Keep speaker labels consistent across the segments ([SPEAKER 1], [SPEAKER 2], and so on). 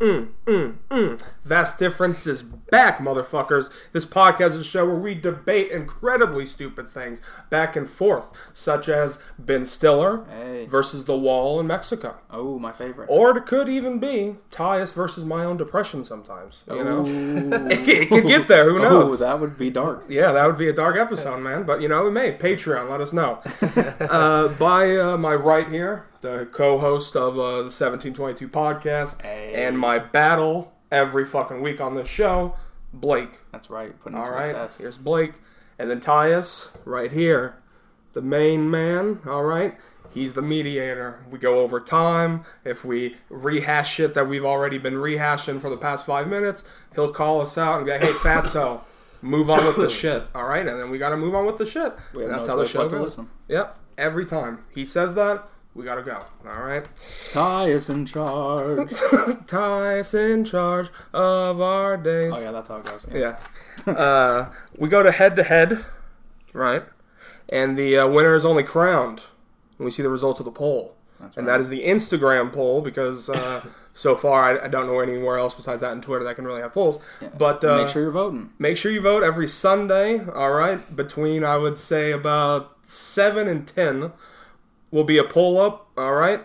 [SPEAKER 1] Mm, Vast Difference is back, motherfuckers. This podcast is a show where we debate incredibly stupid things back and forth, such as Ben Stiller
[SPEAKER 2] Hey.
[SPEAKER 1] versus the wall in Mexico.
[SPEAKER 2] Oh, my favorite.
[SPEAKER 1] Or it could even be Tyus versus my own depression sometimes. You know?
[SPEAKER 2] Ooh.
[SPEAKER 1] it could get there, who knows?
[SPEAKER 2] Oh, that would be dark.
[SPEAKER 1] Yeah, that would be a dark episode, man. But you know, it may Patreon. Let us know. uh, by uh, my right here, the co-host of uh, the 1722 podcast,
[SPEAKER 2] Hey.
[SPEAKER 1] and my battle every fucking week on this show, Blake.
[SPEAKER 2] That's right. Putting
[SPEAKER 1] All
[SPEAKER 2] it to
[SPEAKER 1] right,
[SPEAKER 2] the test.
[SPEAKER 1] here's Blake, and then Tyus right here, the main man. All right. He's the mediator. We go over time. If we rehash shit that we've already been rehashing for the past five minutes, he'll call us out and be like, "Hey, fatso, move on with the shit." All right, and then we got to move on with the shit.
[SPEAKER 2] We
[SPEAKER 1] And
[SPEAKER 2] have
[SPEAKER 1] that's
[SPEAKER 2] no
[SPEAKER 1] how the
[SPEAKER 2] choice
[SPEAKER 1] show
[SPEAKER 2] but to
[SPEAKER 1] goes.
[SPEAKER 2] listen.
[SPEAKER 1] Yep. Every time he says that, we gotta go. All right.
[SPEAKER 2] Ty is in charge.
[SPEAKER 1] Ty's in charge of our days.
[SPEAKER 2] oh yeah, that's how it goes. Yeah.
[SPEAKER 1] Yeah. uh, we go to head to head, right? And the uh, winner is only crowned when we see the results of the poll. and that is the Instagram poll because uh, so far I, I don't know anywhere else besides that and Twitter that can really have polls. But uh,
[SPEAKER 2] Make sure you're voting.
[SPEAKER 1] make sure you vote every Sunday, all right? Between, I would say, about 7 and 10 will be a poll up, all right?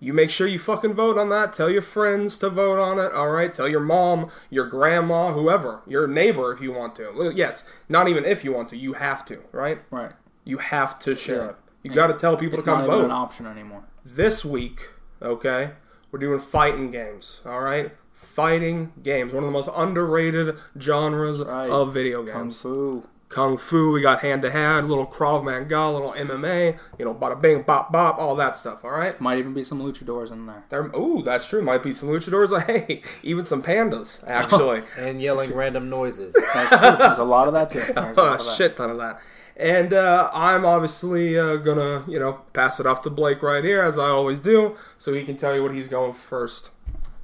[SPEAKER 1] You make sure you fucking vote on that. Tell your friends to vote on it, all right? Tell your mom, your grandma, whoever, your neighbor if you want to. Well, Yes, not even if you want to, you have to, right?
[SPEAKER 2] Right.
[SPEAKER 1] You have to share
[SPEAKER 2] Yeah.
[SPEAKER 1] it. You got to tell people
[SPEAKER 2] It's
[SPEAKER 1] to come
[SPEAKER 2] not even an
[SPEAKER 1] vote
[SPEAKER 2] option anymore.
[SPEAKER 1] this week, okay, we're doing fighting games. All right, fighting games, one of the most underrated genres
[SPEAKER 2] Right.
[SPEAKER 1] of video games.
[SPEAKER 2] Kung Fu.
[SPEAKER 1] Kung Fu, we got hand to hand, little Krav Maga, little MMA, you know, bada bing, bop bop, all that stuff. All right.
[SPEAKER 2] Might even be some luchadors in there.
[SPEAKER 1] There, ooh, that's true. Might be some luchadors. Hey, even some pandas, actually.
[SPEAKER 3] and yelling random noises. Oh,
[SPEAKER 2] That's true. There's a lot of that too. There's a lot
[SPEAKER 1] a
[SPEAKER 2] of that.
[SPEAKER 1] Oh, shit ton of that. And uh, I'm obviously uh, gonna, you know, pass it off to Blake right here, as I always do, so he can tell you what he's going first.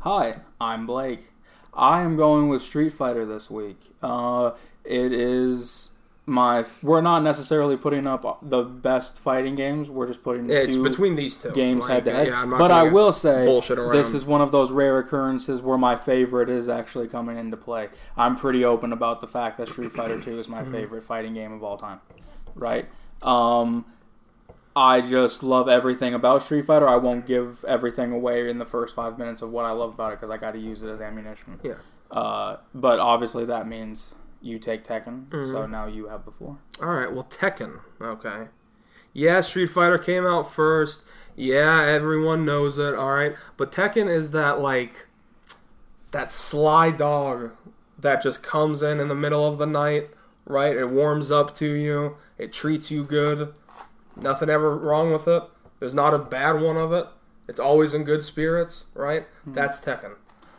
[SPEAKER 2] Hi, I'm Blake. I am going with Street Fighter this week. Uh, it is my. We're not necessarily putting up the best fighting games. We're just putting
[SPEAKER 1] Yeah, it's
[SPEAKER 2] two
[SPEAKER 1] between these two
[SPEAKER 2] games
[SPEAKER 1] Like,
[SPEAKER 2] head to head.
[SPEAKER 1] yeah, I'm not
[SPEAKER 2] But
[SPEAKER 1] gonna
[SPEAKER 2] I
[SPEAKER 1] get
[SPEAKER 2] will say,
[SPEAKER 1] bullshit around.
[SPEAKER 2] this is one of those rare occurrences where my favorite is actually coming into play. I'm pretty open about the fact that Street Fighter 2 is my favorite fighting game of all time. Right? Um, I just love everything about Street Fighter. I won't give everything away in the first five minutes of what I love about it because I got to use it as ammunition.
[SPEAKER 1] Yeah.
[SPEAKER 2] Uh, but obviously, that means you take Tekken,
[SPEAKER 1] Mm-hmm.
[SPEAKER 2] so now you have the floor.
[SPEAKER 1] all right. Well, Tekken. Okay. Yeah, Street Fighter came out first. Yeah, everyone knows it. All right, but Tekken is that like that sly dog that just comes in in the middle of the night. Right, it warms up to you. It treats you good. Nothing ever wrong with it. There's not a bad one of it. It's always in good spirits. Right.
[SPEAKER 2] Hmm.
[SPEAKER 1] That's Tekken.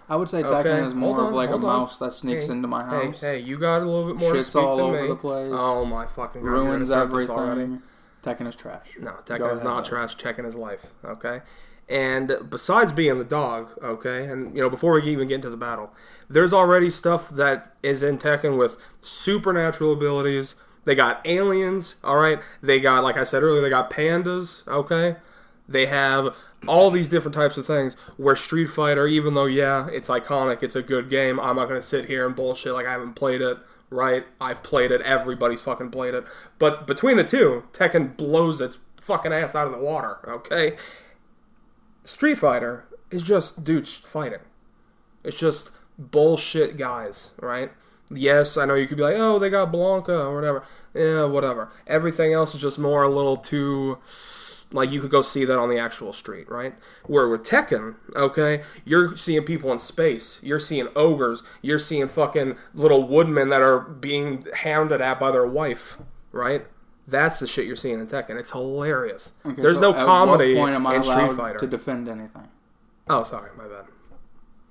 [SPEAKER 2] I would say Tekken
[SPEAKER 1] Okay,
[SPEAKER 2] is
[SPEAKER 1] hold
[SPEAKER 2] more
[SPEAKER 1] on,
[SPEAKER 2] of like a
[SPEAKER 1] hold on.
[SPEAKER 2] mouse that sneaks
[SPEAKER 1] Hey,
[SPEAKER 2] into my
[SPEAKER 1] Hey,
[SPEAKER 2] house.
[SPEAKER 1] hey, you got a little bit more to
[SPEAKER 2] Shit's
[SPEAKER 1] speak
[SPEAKER 2] all
[SPEAKER 1] than
[SPEAKER 2] over
[SPEAKER 1] me.
[SPEAKER 2] the place.
[SPEAKER 1] Oh my fucking god! you're gonna
[SPEAKER 2] ruins
[SPEAKER 1] start this already?
[SPEAKER 2] everything. Tekken is trash.
[SPEAKER 1] No,
[SPEAKER 2] Go
[SPEAKER 1] Tekken is
[SPEAKER 2] ahead,
[SPEAKER 1] not
[SPEAKER 2] though.
[SPEAKER 1] trash. Tekken is life. Okay. And besides being the dog, okay, and you know, before we even get into the battle, there's already stuff that is in Tekken with supernatural abilities. They got aliens, all right. They got, like I said earlier, they got pandas, okay. They have all these different types of things. Where Street Fighter, even though yeah, it's iconic, it's a good game. I'm not gonna sit here and bullshit like I haven't played it. Right? I've played it. Everybody's fucking played it. But between the two, Tekken blows its fucking ass out of the water. Okay. Street Fighter is just dudes fighting. It's just bullshit guys, right? Yes, I know you could be like, oh, they got Blanca or whatever. Yeah, whatever. Everything else is just more a little too like you could go see that on the actual street, right? Where with Tekken, okay, you're seeing people in space, you're seeing ogres, you're seeing fucking little woodmen that are being hounded at by their wife, right? That's the shit you're seeing in Tekken. It's hilarious.
[SPEAKER 2] Okay,
[SPEAKER 1] There's
[SPEAKER 2] so
[SPEAKER 1] no
[SPEAKER 2] at what
[SPEAKER 1] comedy
[SPEAKER 2] point am I
[SPEAKER 1] in Street
[SPEAKER 2] allowed
[SPEAKER 1] Fighter.
[SPEAKER 2] to defend anything?
[SPEAKER 1] oh, sorry, my bad.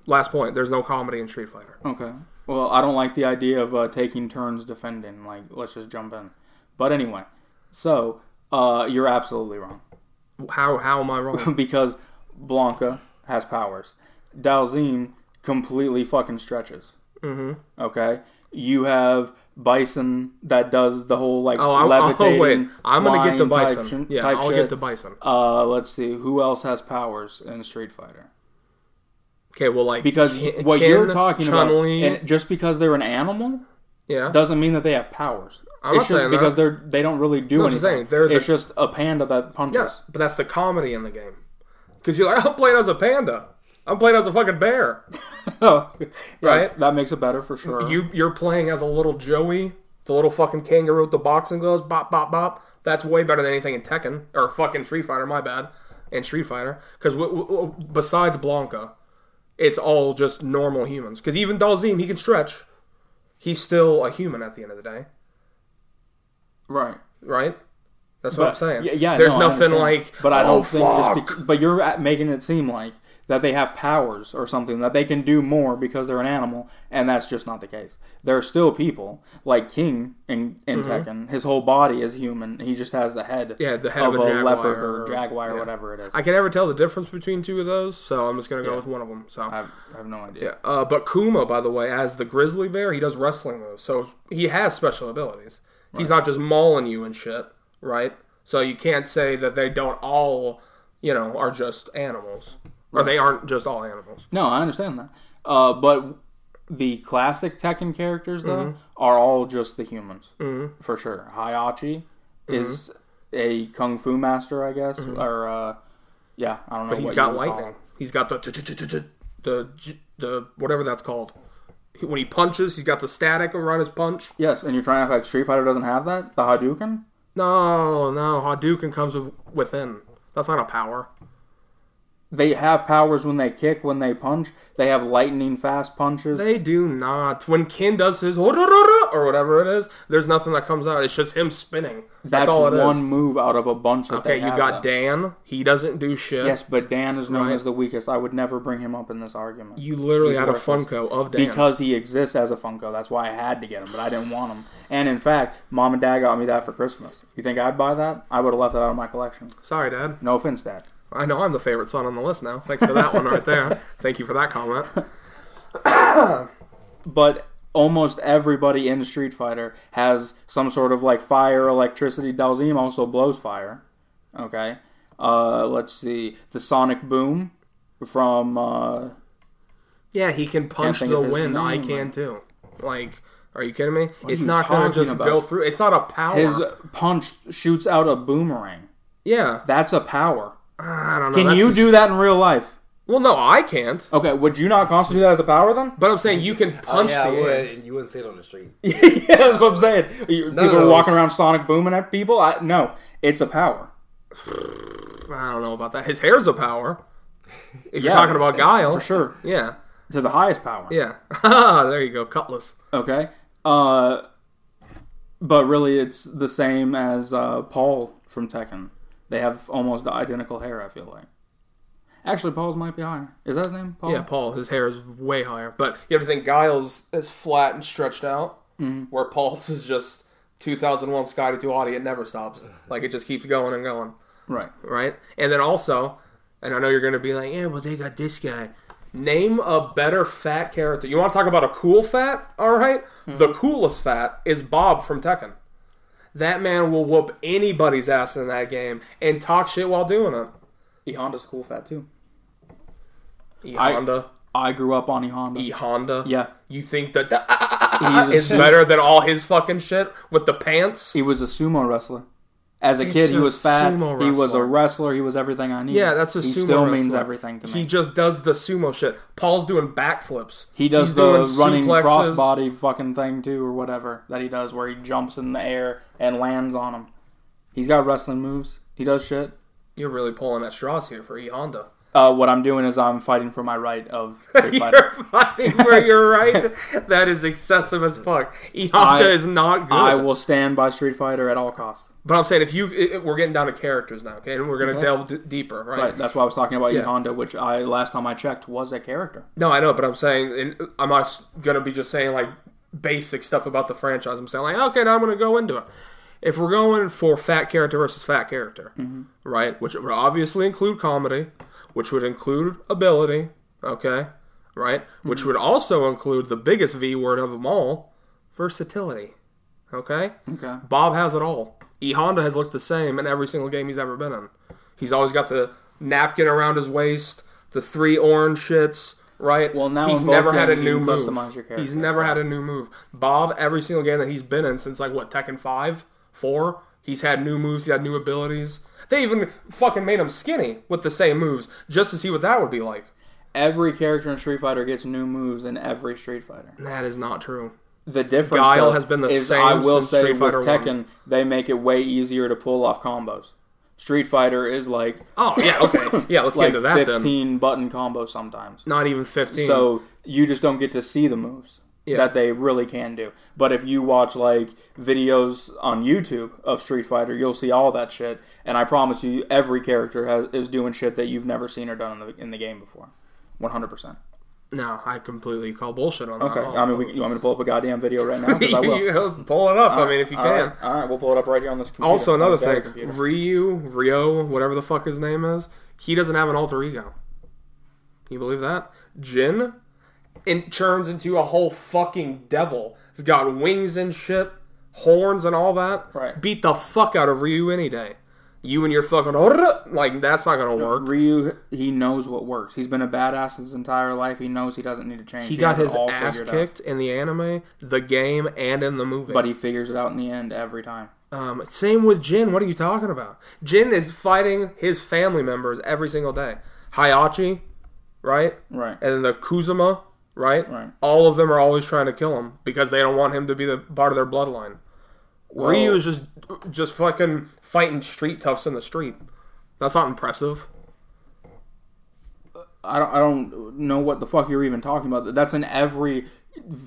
[SPEAKER 1] Last point. There's no comedy in Street Fighter.
[SPEAKER 2] Okay. Well, I don't like the idea of uh, taking turns defending. Like, let's just jump in. But anyway, so uh, you're absolutely wrong
[SPEAKER 1] How how am I wrong?
[SPEAKER 2] because Blanca has powers. Dalzim completely fucking stretches. Mm-hmm. Okay. You have Bison that does the whole like
[SPEAKER 1] Oh, I'm, oh
[SPEAKER 2] levitating.
[SPEAKER 1] wait. I'm gonna get to
[SPEAKER 2] flying type
[SPEAKER 1] Bison.
[SPEAKER 2] shin-
[SPEAKER 1] yeah,
[SPEAKER 2] type
[SPEAKER 1] I'll
[SPEAKER 2] shit.
[SPEAKER 1] get to Bison.
[SPEAKER 2] Uh, let's see. Who else has powers in Street Fighter?
[SPEAKER 1] Okay, well, like
[SPEAKER 2] Because
[SPEAKER 1] Ken-
[SPEAKER 2] what you're
[SPEAKER 1] Ken,
[SPEAKER 2] talking
[SPEAKER 1] Chun-Li-
[SPEAKER 2] about, and just because they're an animal
[SPEAKER 1] yeah,
[SPEAKER 2] doesn't mean that they have powers.
[SPEAKER 1] I'm not
[SPEAKER 2] it's just
[SPEAKER 1] saying
[SPEAKER 2] because they're they don't really do
[SPEAKER 1] I'm
[SPEAKER 2] anything.
[SPEAKER 1] just saying, they're the-
[SPEAKER 2] it's just a panda that punches.
[SPEAKER 1] yeah, but that's the comedy in the game. Because you're like, I'm playing as a panda. I'm playing as a fucking bear.
[SPEAKER 2] Yeah,
[SPEAKER 1] Right.
[SPEAKER 2] That makes it better for sure.
[SPEAKER 1] You you're playing as a little Joey, the little fucking kangaroo with the boxing gloves, bop bop bop. That's way better than anything in Tekken or fucking Street Fighter. My bad, in Street Fighter because w- w- besides Blanca, it's all just normal humans. Because even Dalzim, he can stretch. He's still a human at the end of the day,
[SPEAKER 2] right.
[SPEAKER 1] right? That's what
[SPEAKER 2] But-
[SPEAKER 1] I'm saying.
[SPEAKER 2] Yeah, yeah,
[SPEAKER 1] there's
[SPEAKER 2] no, I
[SPEAKER 1] nothing
[SPEAKER 2] understand.
[SPEAKER 1] like.
[SPEAKER 2] But I don't
[SPEAKER 1] "Oh,
[SPEAKER 2] think.
[SPEAKER 1] fuck."
[SPEAKER 2] Just bec- but you're at- making it seem like that they have powers or something that they can do more because they're an animal, and that's just not the case. There are still people like King in, in Tekken. His whole body is human. He just has the head.
[SPEAKER 1] Mm-hmm. Yeah, the head
[SPEAKER 2] of,
[SPEAKER 1] of a
[SPEAKER 2] a
[SPEAKER 1] jaguar
[SPEAKER 2] leopard or
[SPEAKER 1] or-
[SPEAKER 2] jaguar or
[SPEAKER 1] yeah.
[SPEAKER 2] whatever it is. I,
[SPEAKER 1] I can never tell the difference between two of those, so I'm just gonna go
[SPEAKER 2] Yeah.
[SPEAKER 1] with one of them. So
[SPEAKER 2] have, I have no idea.
[SPEAKER 1] Yeah, uh, but Kuma, by the way, as the grizzly bear, he does wrestling moves, so he has special abilities. He's not just mauling you and shit, right? So you can't say that they don't all, you know, are just animals, or they aren't just all animals.
[SPEAKER 2] No, I understand that. Uh, but the classic Tekken characters, though,
[SPEAKER 1] Mm-hmm.
[SPEAKER 2] are all just the humans for sure. Hayachi
[SPEAKER 1] Mm-hmm.
[SPEAKER 2] is a kung fu master, I guess, or uh, yeah, I don't know. But
[SPEAKER 1] He's got lightning. He's got the the the- the whatever that's called. When he punches, he's got the static around his punch.
[SPEAKER 2] Yes, and you're trying to act like Street Fighter doesn't have that. The Hadouken.
[SPEAKER 1] No, no, Hadouken comes within. That's not a power.
[SPEAKER 2] They have powers when they kick, when they punch. They have lightning fast punches.
[SPEAKER 1] They do not. When Ken does his "Horororo" or whatever it is, there's nothing that comes out. It's just him spinning. That's,
[SPEAKER 2] That's
[SPEAKER 1] all it is.
[SPEAKER 2] one move out of a bunch that
[SPEAKER 1] Okay,
[SPEAKER 2] they
[SPEAKER 1] you
[SPEAKER 2] have,
[SPEAKER 1] got
[SPEAKER 2] though.
[SPEAKER 1] Dan. He doesn't do shit.
[SPEAKER 2] Yes, but Dan is known
[SPEAKER 1] Right.
[SPEAKER 2] as the weakest. I would never bring him up in this argument.
[SPEAKER 1] You literally
[SPEAKER 2] He's
[SPEAKER 1] had a
[SPEAKER 2] worthless.
[SPEAKER 1] Funko of Dan.
[SPEAKER 2] because he exists as a Funko. That's why I had to get him, but I didn't want him. And in fact, mom and dad got me that for Christmas. You think I'd buy that? I would have left that out of my collection.
[SPEAKER 1] Sorry, Dad.
[SPEAKER 2] No offense, dad.
[SPEAKER 1] I know I'm the favorite son on the list now. Thanks to that one right there. Thank you for that comment.
[SPEAKER 2] But almost everybody in Street Fighter has some sort of like fire, electricity. Dalzim also blows fire. Okay. Uh, let's see. The Sonic Boom from uh,
[SPEAKER 1] Yeah, he can punch
[SPEAKER 2] think
[SPEAKER 1] the
[SPEAKER 2] of his
[SPEAKER 1] wind. I
[SPEAKER 2] name,
[SPEAKER 1] can too. Like, are you kidding me? it's
[SPEAKER 2] you
[SPEAKER 1] not gonna
[SPEAKER 2] talking
[SPEAKER 1] just
[SPEAKER 2] about?
[SPEAKER 1] go through. It's not a power.
[SPEAKER 2] his punch shoots out a boomerang.
[SPEAKER 1] yeah,
[SPEAKER 2] That's a power.
[SPEAKER 1] I don't know.
[SPEAKER 2] Can
[SPEAKER 1] That's
[SPEAKER 2] you
[SPEAKER 1] a-
[SPEAKER 2] do that in real life?
[SPEAKER 1] Well, no, I can't.
[SPEAKER 2] Okay, would you not constitute that as a power then?
[SPEAKER 1] But I'm saying you can
[SPEAKER 2] Oh,
[SPEAKER 1] punch
[SPEAKER 3] yeah, I
[SPEAKER 1] the air.
[SPEAKER 3] would, and you wouldn't see it on the street.
[SPEAKER 2] yeah, that's what I'm saying. You-
[SPEAKER 3] None
[SPEAKER 2] people
[SPEAKER 3] of
[SPEAKER 2] are
[SPEAKER 3] those.
[SPEAKER 2] walking around Sonic booming at people. I, no, it's a power.
[SPEAKER 1] I don't know about that. His hair's a power. If you're
[SPEAKER 2] Yeah,
[SPEAKER 1] talking about Guile,
[SPEAKER 2] for sure
[SPEAKER 1] Yeah,
[SPEAKER 2] to the highest power.
[SPEAKER 1] yeah. there you go, Cutlass.
[SPEAKER 2] Okay, uh, but really, it's the same as uh, Paul from Tekken. They have almost identical hair. I feel like. Actually, Paul's might be higher. Is that his name? Paul.
[SPEAKER 1] Yeah, Paul. His hair is way higher, but you have to think Guile's is flat and stretched out,
[SPEAKER 2] Mm-hmm.
[SPEAKER 1] where Paul's is just 2001 Sky to 2 It never stops. Like it just keeps going and going,
[SPEAKER 2] Right.
[SPEAKER 1] right? And then also, and I know you're gonna be like, yeah, well they got this guy. Name a better fat character. You want to talk about a cool fat? All right?
[SPEAKER 2] Mm-hmm.
[SPEAKER 1] the coolest fat is Bob from Tekken. That man will whoop anybody's ass in that game and talk shit while doing it.
[SPEAKER 2] E Honda's cool fat too.
[SPEAKER 1] E
[SPEAKER 2] I-
[SPEAKER 1] Honda,
[SPEAKER 2] I grew up on E Honda.
[SPEAKER 1] E Honda.
[SPEAKER 2] yeah,
[SPEAKER 1] You think that that ah, ah, ah, ah,
[SPEAKER 2] He's a
[SPEAKER 1] is
[SPEAKER 2] su-
[SPEAKER 1] better than all his fucking shit with the pants?
[SPEAKER 2] he was a sumo wrestler. As a kid,
[SPEAKER 1] It's
[SPEAKER 2] he
[SPEAKER 1] a
[SPEAKER 2] was fat.
[SPEAKER 1] sumo
[SPEAKER 2] He was a
[SPEAKER 1] wrestler.
[SPEAKER 2] wrestler. He was everything I needed.
[SPEAKER 1] Yeah, that's a
[SPEAKER 2] he
[SPEAKER 1] sumo
[SPEAKER 2] still means
[SPEAKER 1] wrestler.
[SPEAKER 2] everything to me.
[SPEAKER 1] He just does the sumo shit. Paul's doing backflips.
[SPEAKER 2] He does
[SPEAKER 1] He's
[SPEAKER 2] the
[SPEAKER 1] doing
[SPEAKER 2] running
[SPEAKER 1] suplexes.
[SPEAKER 2] crossbody fucking thing too, or whatever that he does, where he jumps in the air and lands on him. He's got wrestling moves. He does shit.
[SPEAKER 1] You're really pulling at straws here for E Honda.
[SPEAKER 2] Uh, what I'm doing is I'm fighting for my right of Street
[SPEAKER 1] You're
[SPEAKER 2] Fighter.
[SPEAKER 1] fighting for your right. That is excessive as fuck. E Honda
[SPEAKER 2] I-
[SPEAKER 1] is not good.
[SPEAKER 2] I will stand by Street Fighter at all costs.
[SPEAKER 1] But I'm saying if you, it, it- we're getting down to characters now, okay, and we're gonna
[SPEAKER 2] Okay.
[SPEAKER 1] delve d- deeper, right?
[SPEAKER 2] Right, that's why I was talking about E
[SPEAKER 1] Yeah.
[SPEAKER 2] Honda, which I last time I checked was a character.
[SPEAKER 1] No, I know, but I'm saying, and I'm not s- gonna be just saying like basic stuff about the franchise. I'm saying like, okay, now I'm gonna go into it. If we're going for fat character versus fat character, right, which would obviously include comedy, which would include ability, okay, right, which would also include the biggest V word of them all, versatility, okay.
[SPEAKER 2] Okay.
[SPEAKER 1] Bob has it all. E Honda has looked the same in every single game he's ever been in. He's always got the napkin around his waist, the three orange shits, right?
[SPEAKER 2] Well, now
[SPEAKER 1] he's
[SPEAKER 2] in both
[SPEAKER 1] never had a
[SPEAKER 2] games
[SPEAKER 1] new
[SPEAKER 2] you can
[SPEAKER 1] move.
[SPEAKER 2] customize your character,
[SPEAKER 1] He's never had a new move. Bob, every single game that he's been in since like what Tekken five, four, he's had new moves. He had new abilities. They even fucking made him skinny with the same moves just to see what that would be like.
[SPEAKER 2] Every character in Street Fighter gets new moves in every Street Fighter.
[SPEAKER 1] That is not true.
[SPEAKER 2] The difference
[SPEAKER 1] Guile
[SPEAKER 2] though,
[SPEAKER 1] has been the
[SPEAKER 2] is
[SPEAKER 1] same
[SPEAKER 2] I will
[SPEAKER 1] since
[SPEAKER 2] say
[SPEAKER 1] Street Fighter
[SPEAKER 2] with
[SPEAKER 1] 1.
[SPEAKER 2] Tekken, they make it way easier to pull off combos. Street Fighter is like
[SPEAKER 1] Oh yeah, okay, yeah. Let's
[SPEAKER 2] like
[SPEAKER 1] get into that then.
[SPEAKER 2] 15 button combo sometimes.
[SPEAKER 1] Not even fifteen.
[SPEAKER 2] So you just don't get to see the moves
[SPEAKER 1] Yeah.
[SPEAKER 2] that they really can do. But if you watch like videos on YouTube of Street Fighter, you'll see all that shit. And I promise you, every character has, is doing shit that you've never seen or done in the, in the game before. One hundred percent.
[SPEAKER 1] no, I completely call bullshit on
[SPEAKER 2] Okay.
[SPEAKER 1] that.
[SPEAKER 2] I mean, we, you want me to pull up a goddamn video right now? 'Cause I will.
[SPEAKER 1] You pull it up. I mean, if you
[SPEAKER 2] All
[SPEAKER 1] can.
[SPEAKER 2] right, all right, we'll pull it up right here on this. Computer.
[SPEAKER 1] Also,
[SPEAKER 2] on
[SPEAKER 1] another
[SPEAKER 2] this very
[SPEAKER 1] thing,
[SPEAKER 2] computer.
[SPEAKER 1] Ryu, Rio, whatever the fuck his name is, he doesn't have an alter ego. Can you believe that? Jin it turns into a whole fucking devil. He's got wings and shit, horns and all that.
[SPEAKER 2] Right.
[SPEAKER 1] Beat the fuck out of Ryu any day. You and your fucking like that's not gonna work.
[SPEAKER 2] Ryu, he knows what works. He's been a badass his entire life. He knows he doesn't need to change.
[SPEAKER 1] He got
[SPEAKER 2] has it
[SPEAKER 1] his
[SPEAKER 2] all
[SPEAKER 1] ass
[SPEAKER 2] figured out.
[SPEAKER 1] kicked in the anime, the game, and in the movie.
[SPEAKER 2] but he figures it out in the end every time.
[SPEAKER 1] Um, same with Jin. What are you talking about? Jin is fighting his family members every single day. Hayachi, right?
[SPEAKER 2] Right.
[SPEAKER 1] And then the Kuzuma, right?
[SPEAKER 2] Right.
[SPEAKER 1] All of them are always trying to kill him because they don't want him to be the part of their bloodline. Ryu is just just fucking fighting street toughs in the street. That's not impressive.
[SPEAKER 2] I don't, I don't know what the fuck you're even talking about. That's in every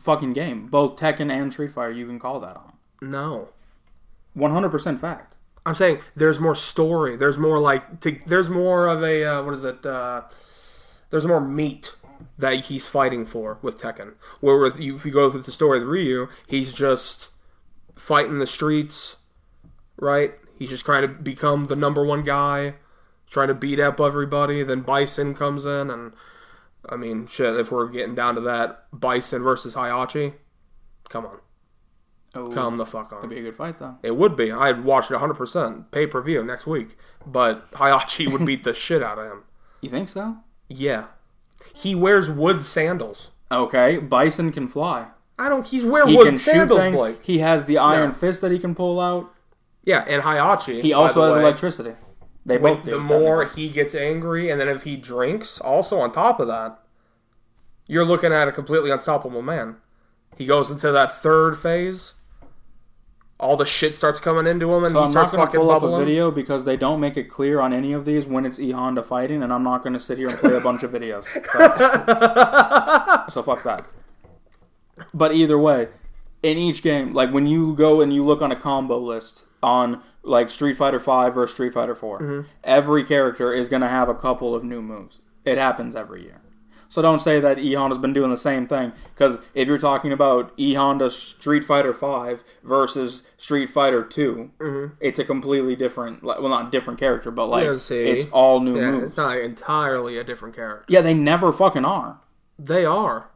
[SPEAKER 2] fucking game, both Tekken and Street Fighter. You can call that on
[SPEAKER 1] No.
[SPEAKER 2] 100 percent fact.
[SPEAKER 1] I'm saying there's more story. There's more like to, there's more of a uh, what is it? Uh, there's more meat that he's fighting for with Tekken. Where with you, if you go through the story with Ryu, he's just fighting the streets, right? He's just trying to become the number one guy, trying to beat up everybody. Then Bison comes in, and I mean, shit. If we're getting down to that, Bison versus Hayachi, come on,
[SPEAKER 2] Oh,
[SPEAKER 1] come the fuck on.
[SPEAKER 2] that'd be a good fight though.
[SPEAKER 1] It would be. I'd watch it 100% pay per view next week. But Hayachi would beat the shit out of him.
[SPEAKER 2] You think so?
[SPEAKER 1] Yeah. He wears wood sandals.
[SPEAKER 2] Okay, Bison can fly.
[SPEAKER 1] I don't. He's wearing
[SPEAKER 2] He
[SPEAKER 1] wood
[SPEAKER 2] can shoot
[SPEAKER 1] sandals,
[SPEAKER 2] things.
[SPEAKER 1] Blake.
[SPEAKER 2] He has the iron fist that he can pull out.
[SPEAKER 1] Yeah, and Hayachi.
[SPEAKER 2] He
[SPEAKER 1] by
[SPEAKER 2] also
[SPEAKER 1] the
[SPEAKER 2] has
[SPEAKER 1] way,
[SPEAKER 2] electricity. They both
[SPEAKER 1] when-
[SPEAKER 2] do.
[SPEAKER 1] The more he gets angry, and then if he drinks, also on top of that, you're looking at a completely unstoppable man. He goes into that third phase. All the shit starts coming into him, and
[SPEAKER 2] So
[SPEAKER 1] he
[SPEAKER 2] I'm not
[SPEAKER 1] starts
[SPEAKER 2] going to
[SPEAKER 1] fucking
[SPEAKER 2] pull up a
[SPEAKER 1] bubbling.
[SPEAKER 2] video because they don't make it clear on any of these when it's E Honda fighting, and I'm not going to sit here and play a bunch of videos. So, so fuck that. But either way, in each game, like when you go and you look on a combo list on like Street Fighter Five versus Street Fighter 4
[SPEAKER 1] Mm-hmm.
[SPEAKER 2] every character is going to have a couple of new moves. It happens every year. So don't say that E Honda's been doing the same thing because if you're talking about E Honda Street Fighter Five versus Street Fighter 2 it's a completely different, like, well, not different character, but like
[SPEAKER 1] Mm-hmm. Yeah, see.
[SPEAKER 2] it's all new
[SPEAKER 1] Yeah,
[SPEAKER 2] moves.
[SPEAKER 1] it's not entirely a different character.
[SPEAKER 2] yeah, they never fucking are.
[SPEAKER 1] They are.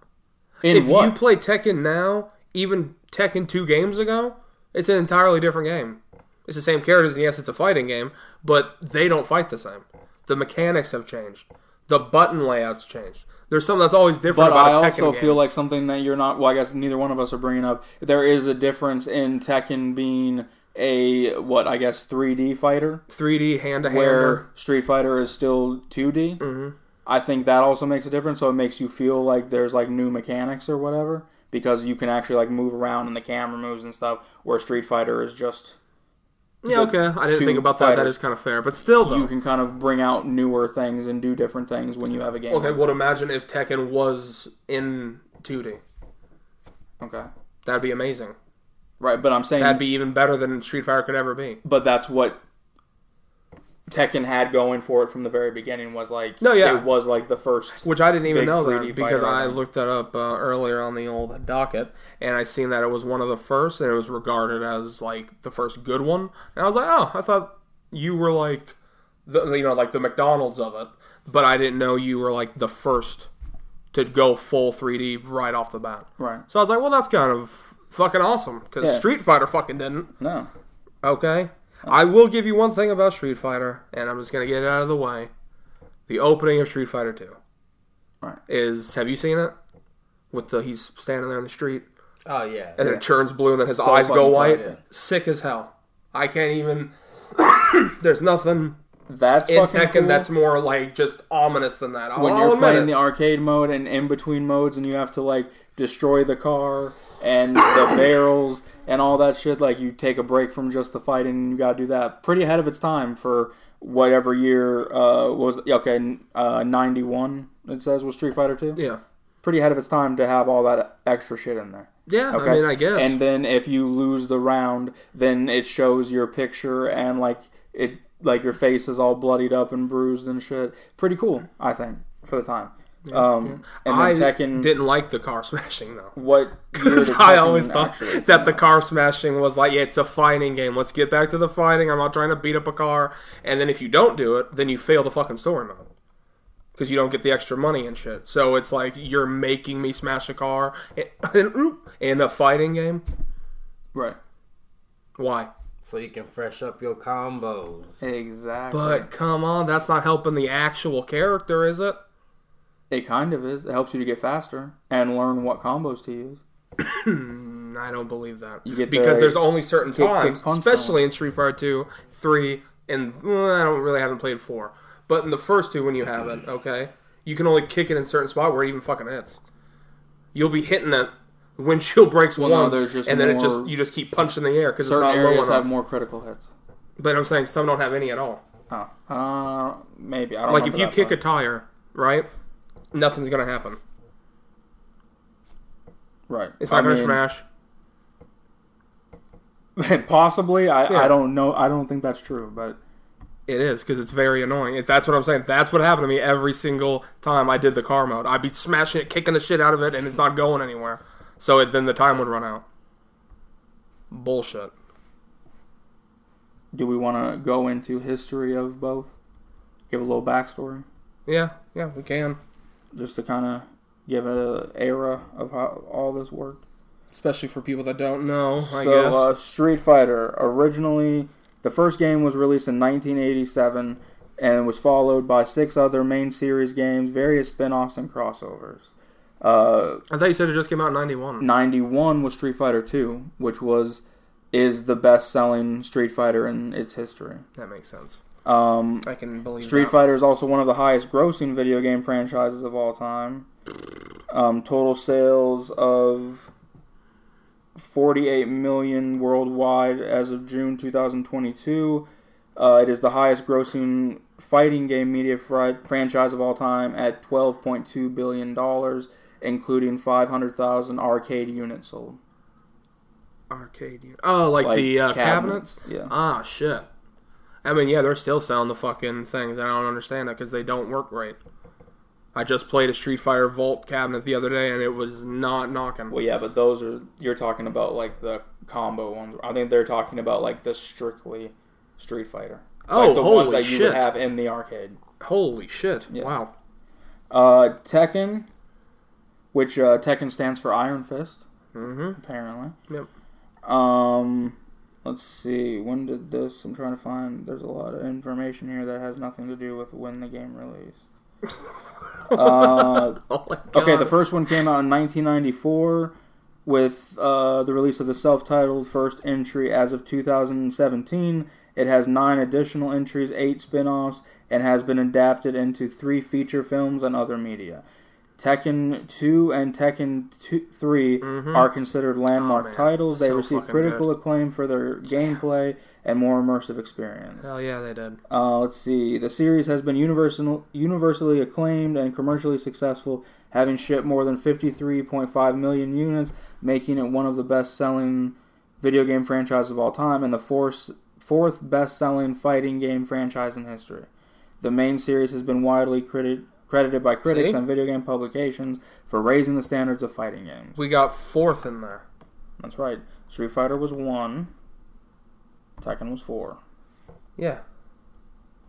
[SPEAKER 2] In
[SPEAKER 1] if
[SPEAKER 2] what?
[SPEAKER 1] you play Tekken now, even Tekken two games ago, it's an entirely different game. It's the same characters, and yes, it's a fighting game, but they don't fight the same. The mechanics have changed. The button layouts changed. There's something that's always different
[SPEAKER 2] But
[SPEAKER 1] about
[SPEAKER 2] I
[SPEAKER 1] a Tekken
[SPEAKER 2] also
[SPEAKER 1] game.
[SPEAKER 2] feel like something that you're not. Well, I guess neither one of us are bringing up. There is a difference in Tekken being a what I guess 3D fighter,
[SPEAKER 1] 3D hand to hand.
[SPEAKER 2] where Street Fighter is still 2D. Mm-hmm. I think that also makes a difference. So it makes you feel like there's like new mechanics or whatever because you can actually like move around and the camera moves and stuff. Where Street Fighter is just
[SPEAKER 1] Yeah, okay. I didn't
[SPEAKER 2] two
[SPEAKER 1] think about that. That
[SPEAKER 2] fighters.
[SPEAKER 1] is kind of fair, but still, though.
[SPEAKER 2] you can kind of bring out newer things and do different things when you have a game.
[SPEAKER 1] okay, well, imagine if Tekken was in 2D.
[SPEAKER 2] Okay.
[SPEAKER 1] That'd be amazing.
[SPEAKER 2] Right, but I'm saying
[SPEAKER 1] That'd be even better than Street Fighter could ever be.
[SPEAKER 2] but that's what Tekken had going for it from the very beginning was like
[SPEAKER 1] No, yeah.
[SPEAKER 2] it was like the first
[SPEAKER 1] Which I didn't even
[SPEAKER 2] Big
[SPEAKER 1] know
[SPEAKER 2] 3D
[SPEAKER 1] that because
[SPEAKER 2] fighter, I
[SPEAKER 1] I
[SPEAKER 2] think.
[SPEAKER 1] looked that up uh, earlier on the old docket, and I seen that it was one of the first, and it was regarded as like the first good one. And I was like, oh, I thought you were like, the, you know, like the McDonald's of it, but I didn't know you were like the first to go full 3D right off the bat.
[SPEAKER 2] right
[SPEAKER 1] So I was like, well, that's kind of fucking awesome because
[SPEAKER 2] Yeah.
[SPEAKER 1] Street Fighter fucking didn't.
[SPEAKER 2] no
[SPEAKER 1] Okay. I will give you one thing about Street Fighter, and I'm just gonna get it out of the way. The opening of Street Fighter Two.
[SPEAKER 2] Right.
[SPEAKER 1] Is have you seen it? With the he's standing there in the street
[SPEAKER 3] Oh yeah.
[SPEAKER 1] and then it turns blue and then his
[SPEAKER 2] So
[SPEAKER 1] eyes go
[SPEAKER 2] fucking
[SPEAKER 1] white.
[SPEAKER 2] classic.
[SPEAKER 1] Sick as hell. I can't even. There's nothing
[SPEAKER 2] That's
[SPEAKER 1] in
[SPEAKER 2] fucking
[SPEAKER 1] Tekken
[SPEAKER 2] cool.
[SPEAKER 1] that's more like just ominous than that. I'll,
[SPEAKER 2] when
[SPEAKER 1] I'll
[SPEAKER 2] you're
[SPEAKER 1] admit
[SPEAKER 2] playing
[SPEAKER 1] it.
[SPEAKER 2] the arcade mode and in between modes and you have to like destroy the car and the barrels and all that shit like you take a break from just the fighting and you gotta do that pretty ahead of its time for whatever year uh was yeah, okay n- uh 91 it says was street fighter 2
[SPEAKER 1] yeah,
[SPEAKER 2] pretty ahead of its time to have all that extra shit in there
[SPEAKER 1] yeah.
[SPEAKER 2] Okay.
[SPEAKER 1] I mean, I guess.
[SPEAKER 2] And then if you lose the round, then it shows your picture and like it like your face is all bloodied up and bruised and shit. Pretty cool, I think, for the time. um
[SPEAKER 1] I
[SPEAKER 2] and then Tekken
[SPEAKER 1] didn't like the car smashing though.
[SPEAKER 2] what year
[SPEAKER 1] Because
[SPEAKER 2] did
[SPEAKER 1] I
[SPEAKER 2] Tekken
[SPEAKER 1] always thought
[SPEAKER 2] actually come
[SPEAKER 1] that the
[SPEAKER 2] out?
[SPEAKER 1] car smashing was like, yeah, it's a fighting game. Let's get back to the fighting. I'm not trying to beat up a car. And then if you don't do it, then you fail the fucking story mode. Because you don't get the extra money and shit. So it's like, you're making me smash a car in, in a fighting game?
[SPEAKER 2] Right.
[SPEAKER 1] Why?
[SPEAKER 3] So you can fresh up your combos.
[SPEAKER 2] Exactly.
[SPEAKER 1] But come on, that's not helping the actual character, is it?
[SPEAKER 2] it kind of is. It helps you to get faster and learn what combos to use.
[SPEAKER 1] I don't believe that.
[SPEAKER 2] get
[SPEAKER 1] because
[SPEAKER 2] the
[SPEAKER 1] there's only certain
[SPEAKER 2] kick,
[SPEAKER 1] times,
[SPEAKER 2] punch
[SPEAKER 1] especially in Street Fighter 2, 3, and well, I don't really haven't played 4. But in the first two, when you have it, okay, you can only kick it in certain spot where it even fucking hits. You'll be hitting it. Windshield breaks
[SPEAKER 2] no,
[SPEAKER 1] once,
[SPEAKER 2] there's just
[SPEAKER 1] and then it
[SPEAKER 2] more-
[SPEAKER 1] just you just keep punching the air because it's
[SPEAKER 2] Certain
[SPEAKER 1] not low
[SPEAKER 2] areas
[SPEAKER 1] enough.
[SPEAKER 2] have more critical hits.
[SPEAKER 1] But I'm saying some don't have any at all.
[SPEAKER 2] Oh. Uh maybe. I don't
[SPEAKER 1] Like if
[SPEAKER 2] remember
[SPEAKER 1] you
[SPEAKER 2] that
[SPEAKER 1] kick
[SPEAKER 2] part.
[SPEAKER 1] a tire, right, nothing's gonna happen.
[SPEAKER 2] right.
[SPEAKER 1] It's
[SPEAKER 2] I
[SPEAKER 1] not gonna
[SPEAKER 2] mean,
[SPEAKER 1] smash.
[SPEAKER 2] Possibly, I,
[SPEAKER 1] Yeah.
[SPEAKER 2] I don't know. I don't think that's true, but
[SPEAKER 1] It is because it's very annoying. If that's what I'm saying. That's what happened to me every single time I did the car mode. I'd be smashing it, kicking the shit out of it, and it's not going anywhere. So it, then the time would run out. Bullshit.
[SPEAKER 2] Do we want to go into history of both? Give a little backstory,
[SPEAKER 1] Yeah, yeah, we can.
[SPEAKER 2] just to kind of give a era of how all this worked.
[SPEAKER 1] Especially for people that don't know, I
[SPEAKER 2] so,
[SPEAKER 1] guess.
[SPEAKER 2] Uh, Street Fighter originally, the first game was released in 1987, and was followed by six other main series games, various spin-offs and crossovers. Uh,
[SPEAKER 1] I thought you said it just came out in '91.
[SPEAKER 2] 91 was Street Fighter 2, which was is the best-selling Street Fighter in its history.
[SPEAKER 1] That makes sense.
[SPEAKER 2] Um,
[SPEAKER 1] I can believe
[SPEAKER 2] Street
[SPEAKER 1] that.
[SPEAKER 2] Fighter is also one of the highest grossing video game franchises of all time. Um, total sales of 48 million worldwide as of June 2022. Uh, it is the highest grossing fighting game media fri- franchise of all time at 12.2 billion dollars, including 500,000 arcade units sold.
[SPEAKER 1] Arcade. unit. Oh, like, the uh, cabinets?
[SPEAKER 2] Yeah.
[SPEAKER 1] Ah, shit. I mean, yeah, they're still selling the fucking things. and I don't understand that because they don't work right. I just played a Street Fighter Vault cabinet the other day, and it was not knocking.
[SPEAKER 2] Well, yeah, but those are you're talking about like the combo ones. I think they're talking about like the strictly Street Fighter.
[SPEAKER 1] Oh,
[SPEAKER 2] like the
[SPEAKER 1] holy
[SPEAKER 2] ones that you
[SPEAKER 1] shit.
[SPEAKER 2] would have in the arcade.
[SPEAKER 1] Holy shit!
[SPEAKER 2] Yeah.
[SPEAKER 1] Wow.
[SPEAKER 2] Uh, Tekken, which uh, Tekken stands for Iron Fist,
[SPEAKER 1] Mm-hmm.
[SPEAKER 2] apparently.
[SPEAKER 1] Yep.
[SPEAKER 2] Um, let's see. When did this? I'm trying to find. There's a lot of information here that has nothing to do with when the game released. Uh,
[SPEAKER 1] Oh my god.
[SPEAKER 2] Okay, the first one came out in 1994 with uh, the release of the self titled first entry as of 2017. It has nine additional entries, eight spin offs, and has been adapted into three feature films and other media. Tekken 2 and Tekken 2, 3
[SPEAKER 1] Mhm.
[SPEAKER 2] are considered landmark
[SPEAKER 1] Oh, man.
[SPEAKER 2] titles. They
[SPEAKER 1] So
[SPEAKER 2] received
[SPEAKER 1] fucking
[SPEAKER 2] critical acclaim for their gameplay and more immersive experience.
[SPEAKER 1] Hell yeah, they did.
[SPEAKER 2] Uh, let's see. The series has been universal, universally acclaimed and commercially successful, having shipped more than 53.5 million units, making it one of the best-selling video game franchises of all time and the fourth, fourth best-selling fighting game franchise in history. The main series has been widely credited credited by critics
[SPEAKER 1] See?
[SPEAKER 2] and video game publications for raising the standards of fighting games.
[SPEAKER 1] We got fourth in there.
[SPEAKER 2] That's right. Street Fighter was 1, Tekken was 4.
[SPEAKER 1] Yeah.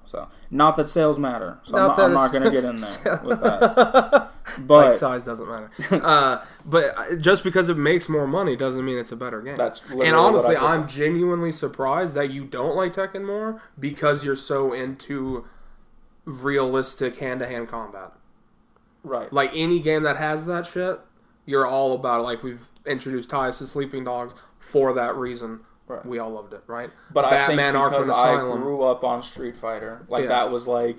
[SPEAKER 2] So, not that sales matter. So
[SPEAKER 1] Not
[SPEAKER 2] I'm not,
[SPEAKER 1] that
[SPEAKER 2] I'm not going to
[SPEAKER 1] it's-
[SPEAKER 2] get in there with that. But
[SPEAKER 1] like size doesn't matter. uh, but uh, just because it makes more money doesn't mean it's a better game.
[SPEAKER 2] That's literally
[SPEAKER 1] and honestly,
[SPEAKER 2] what I just-
[SPEAKER 1] I'm genuinely surprised that you don't like Tekken more because you're so into realistic hand to hand combat.
[SPEAKER 2] Right.
[SPEAKER 1] Like any game that has that shit, you're all about it. Like we've introduced ties to Sleeping Dogs for that reason.
[SPEAKER 2] Right.
[SPEAKER 1] We all loved it, right?
[SPEAKER 2] But
[SPEAKER 1] Batman
[SPEAKER 2] I
[SPEAKER 1] Arkham
[SPEAKER 2] think because
[SPEAKER 1] Asylum.
[SPEAKER 2] I grew up on Street Fighter, like
[SPEAKER 1] Yeah.
[SPEAKER 2] that was like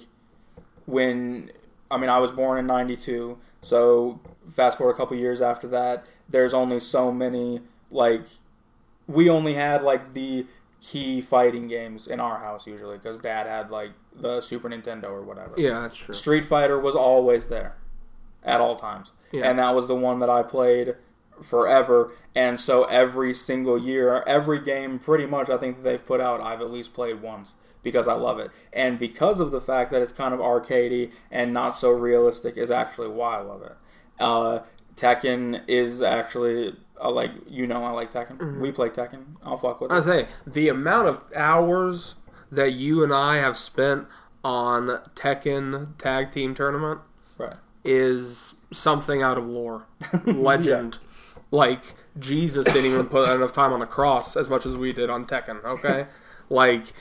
[SPEAKER 2] when I mean I was born in '92, so fast forward a couple years after that, there's only so many like we only had like the key fighting games in our house usually because Dad had like the Super Nintendo or whatever.
[SPEAKER 1] Yeah, that's true.
[SPEAKER 2] Street Fighter was always there at all times.
[SPEAKER 1] Yeah.
[SPEAKER 2] And that was the one that I played forever. And so every single year, every game pretty much I think that they've put out, I've at least played once because I love it. And because of the fact that it's kind of arcadey and not so realistic is actually why I love it. Uh, Tekken is actually I like you know I like Tekken.
[SPEAKER 1] Mm-hmm.
[SPEAKER 2] We play Tekken. I'll fuck with
[SPEAKER 1] I
[SPEAKER 2] it.
[SPEAKER 1] say the amount of hours that you and I have spent on Tekken tag team tournament
[SPEAKER 2] Right.
[SPEAKER 1] is something out of lore, legend. Like Jesus didn't even put enough time on the cross as much as we did on Tekken. Okay, like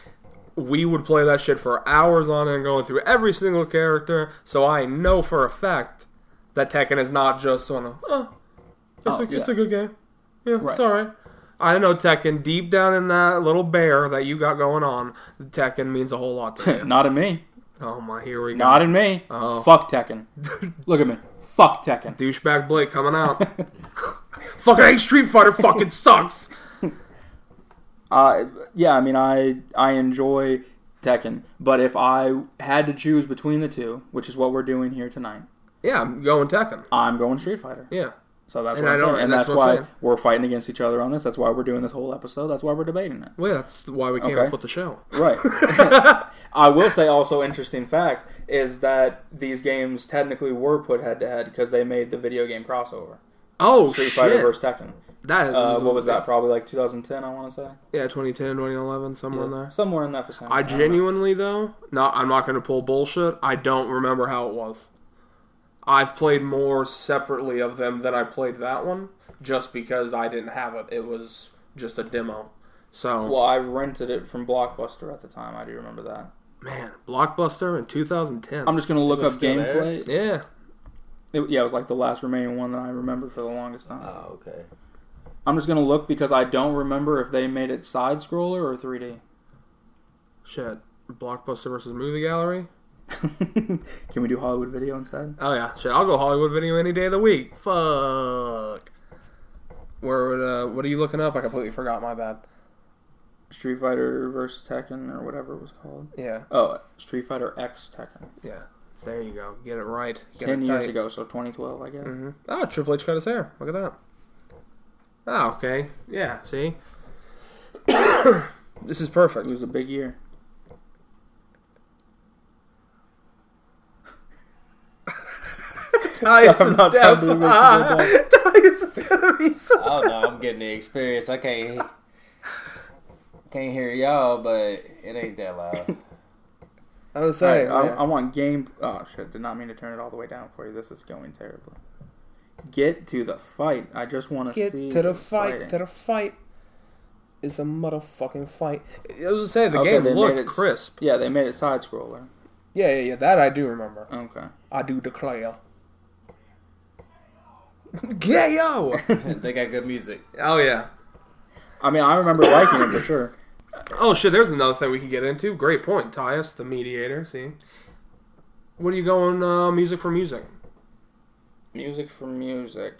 [SPEAKER 1] we would play that shit for hours on end, going through every single character. So I know for a fact that Tekken is not just on a. Oh, it's,
[SPEAKER 2] Oh,
[SPEAKER 1] a it's
[SPEAKER 2] yeah.
[SPEAKER 1] a good game. Yeah,
[SPEAKER 2] Right.
[SPEAKER 1] it's all right. I know Tekken deep down in that little bear that you got going on. Tekken means a whole lot to me.
[SPEAKER 2] Not in me.
[SPEAKER 1] oh my, here we go.
[SPEAKER 2] Not in me.
[SPEAKER 1] Oh.
[SPEAKER 2] Fuck Tekken. Look at me. Fuck Tekken.
[SPEAKER 1] douchebag Blake coming out. fucking hate Street Fighter. Fucking sucks.
[SPEAKER 2] Uh, yeah, I mean, I I enjoy Tekken, but if I had to choose between the two, which is what we're doing here tonight,
[SPEAKER 1] Yeah, I'm going Tekken.
[SPEAKER 2] I'm going Street Fighter.
[SPEAKER 1] Yeah,
[SPEAKER 2] So that's
[SPEAKER 1] And
[SPEAKER 2] what
[SPEAKER 1] I
[SPEAKER 2] I'm
[SPEAKER 1] don't-
[SPEAKER 2] saying, and
[SPEAKER 1] and
[SPEAKER 2] that's,
[SPEAKER 1] that's what I'm
[SPEAKER 2] why
[SPEAKER 1] saying.
[SPEAKER 2] we're fighting against each other on this. That's why we're doing this whole episode. That's why we're debating it.
[SPEAKER 1] well, yeah, that's why we came
[SPEAKER 2] Okay.
[SPEAKER 1] up with the show.
[SPEAKER 2] Right. I will say also interesting fact is that these games technically were put head to head because they made the video game crossover
[SPEAKER 1] Oh
[SPEAKER 2] Street
[SPEAKER 1] shit!
[SPEAKER 2] Fighter versus Tekken.
[SPEAKER 1] that
[SPEAKER 2] Uh, what was that? Probably like 2010, I want to say.
[SPEAKER 1] Yeah, 2010, 2011, somewhere in there.
[SPEAKER 2] Somewhere in that vicinity.
[SPEAKER 1] I
[SPEAKER 2] don't know.
[SPEAKER 1] genuinely though, not I'm not going to pull bullshit. I don't remember how it was. I've played more separately of them than I played that one, just because I didn't have it. It was just a demo. So
[SPEAKER 2] Well, I rented it from Blockbuster at the time. I do remember that.
[SPEAKER 1] man, Blockbuster in 2010.
[SPEAKER 2] I'm just gonna look
[SPEAKER 3] was
[SPEAKER 2] up
[SPEAKER 3] still there?
[SPEAKER 2] gameplay.
[SPEAKER 1] yeah,
[SPEAKER 2] It- yeah, it was like the last remaining one that I remember for the longest time.
[SPEAKER 3] Oh, okay.
[SPEAKER 2] I'm just gonna look because I don't remember if they made it side scroller or 3D.
[SPEAKER 1] shit. Blockbuster versus movie gallery.
[SPEAKER 2] Can we do Hollywood video instead?
[SPEAKER 1] Oh yeah, shit. I'll go Hollywood Video any day of the week. Fuck. Where would, uh, what are you looking up? I completely forgot. My bad.
[SPEAKER 2] Street Fighter versus Tekken or whatever it was called.
[SPEAKER 1] Yeah,
[SPEAKER 2] Oh, Street Fighter X Tekken.
[SPEAKER 1] yeah. So there you go. Get it right. Get
[SPEAKER 2] Ten
[SPEAKER 1] it
[SPEAKER 2] years
[SPEAKER 1] tight.
[SPEAKER 2] ago, so 2012, I guess.
[SPEAKER 1] Mhm. Oh, Triple H cut his hair. Look at that. Oh, okay. Yeah. See. this is
[SPEAKER 2] It
[SPEAKER 1] perfect.
[SPEAKER 2] was a big year.
[SPEAKER 1] Tyus
[SPEAKER 2] I'm
[SPEAKER 1] is
[SPEAKER 2] not
[SPEAKER 1] deaf.
[SPEAKER 2] trying to make
[SPEAKER 1] Ah,
[SPEAKER 2] you
[SPEAKER 1] Tyus is gonna be so.
[SPEAKER 3] Oh no, I'm getting the experience. I can't can't hear y'all, but it ain't that loud.
[SPEAKER 1] I was
[SPEAKER 2] Sorry,
[SPEAKER 1] saying.
[SPEAKER 2] I,
[SPEAKER 1] Oh, yeah.
[SPEAKER 2] I want game. Oh shit! Did not mean to turn it all the way down for you. This is going terribly. Get to the fight. I just want
[SPEAKER 1] Get
[SPEAKER 2] see
[SPEAKER 1] to the
[SPEAKER 2] you
[SPEAKER 1] fight.
[SPEAKER 2] fighting.
[SPEAKER 1] To the fight. It's a motherfucking fight. I was to say the
[SPEAKER 2] Okay,
[SPEAKER 1] game
[SPEAKER 2] they made
[SPEAKER 1] looked
[SPEAKER 2] it s-
[SPEAKER 1] crisp.
[SPEAKER 2] yeah, they made it side scroller.
[SPEAKER 1] Yeah, yeah, yeah. That I do remember.
[SPEAKER 2] Okay.
[SPEAKER 1] I do declare. Gayo.
[SPEAKER 3] they got good music.
[SPEAKER 1] oh yeah.
[SPEAKER 2] I mean, I remember liking it for sure.
[SPEAKER 1] Oh shit. There's another thing we can get into. Great point, Tyus, the mediator. See. What are you going? Uh, music for music.
[SPEAKER 2] Music for music.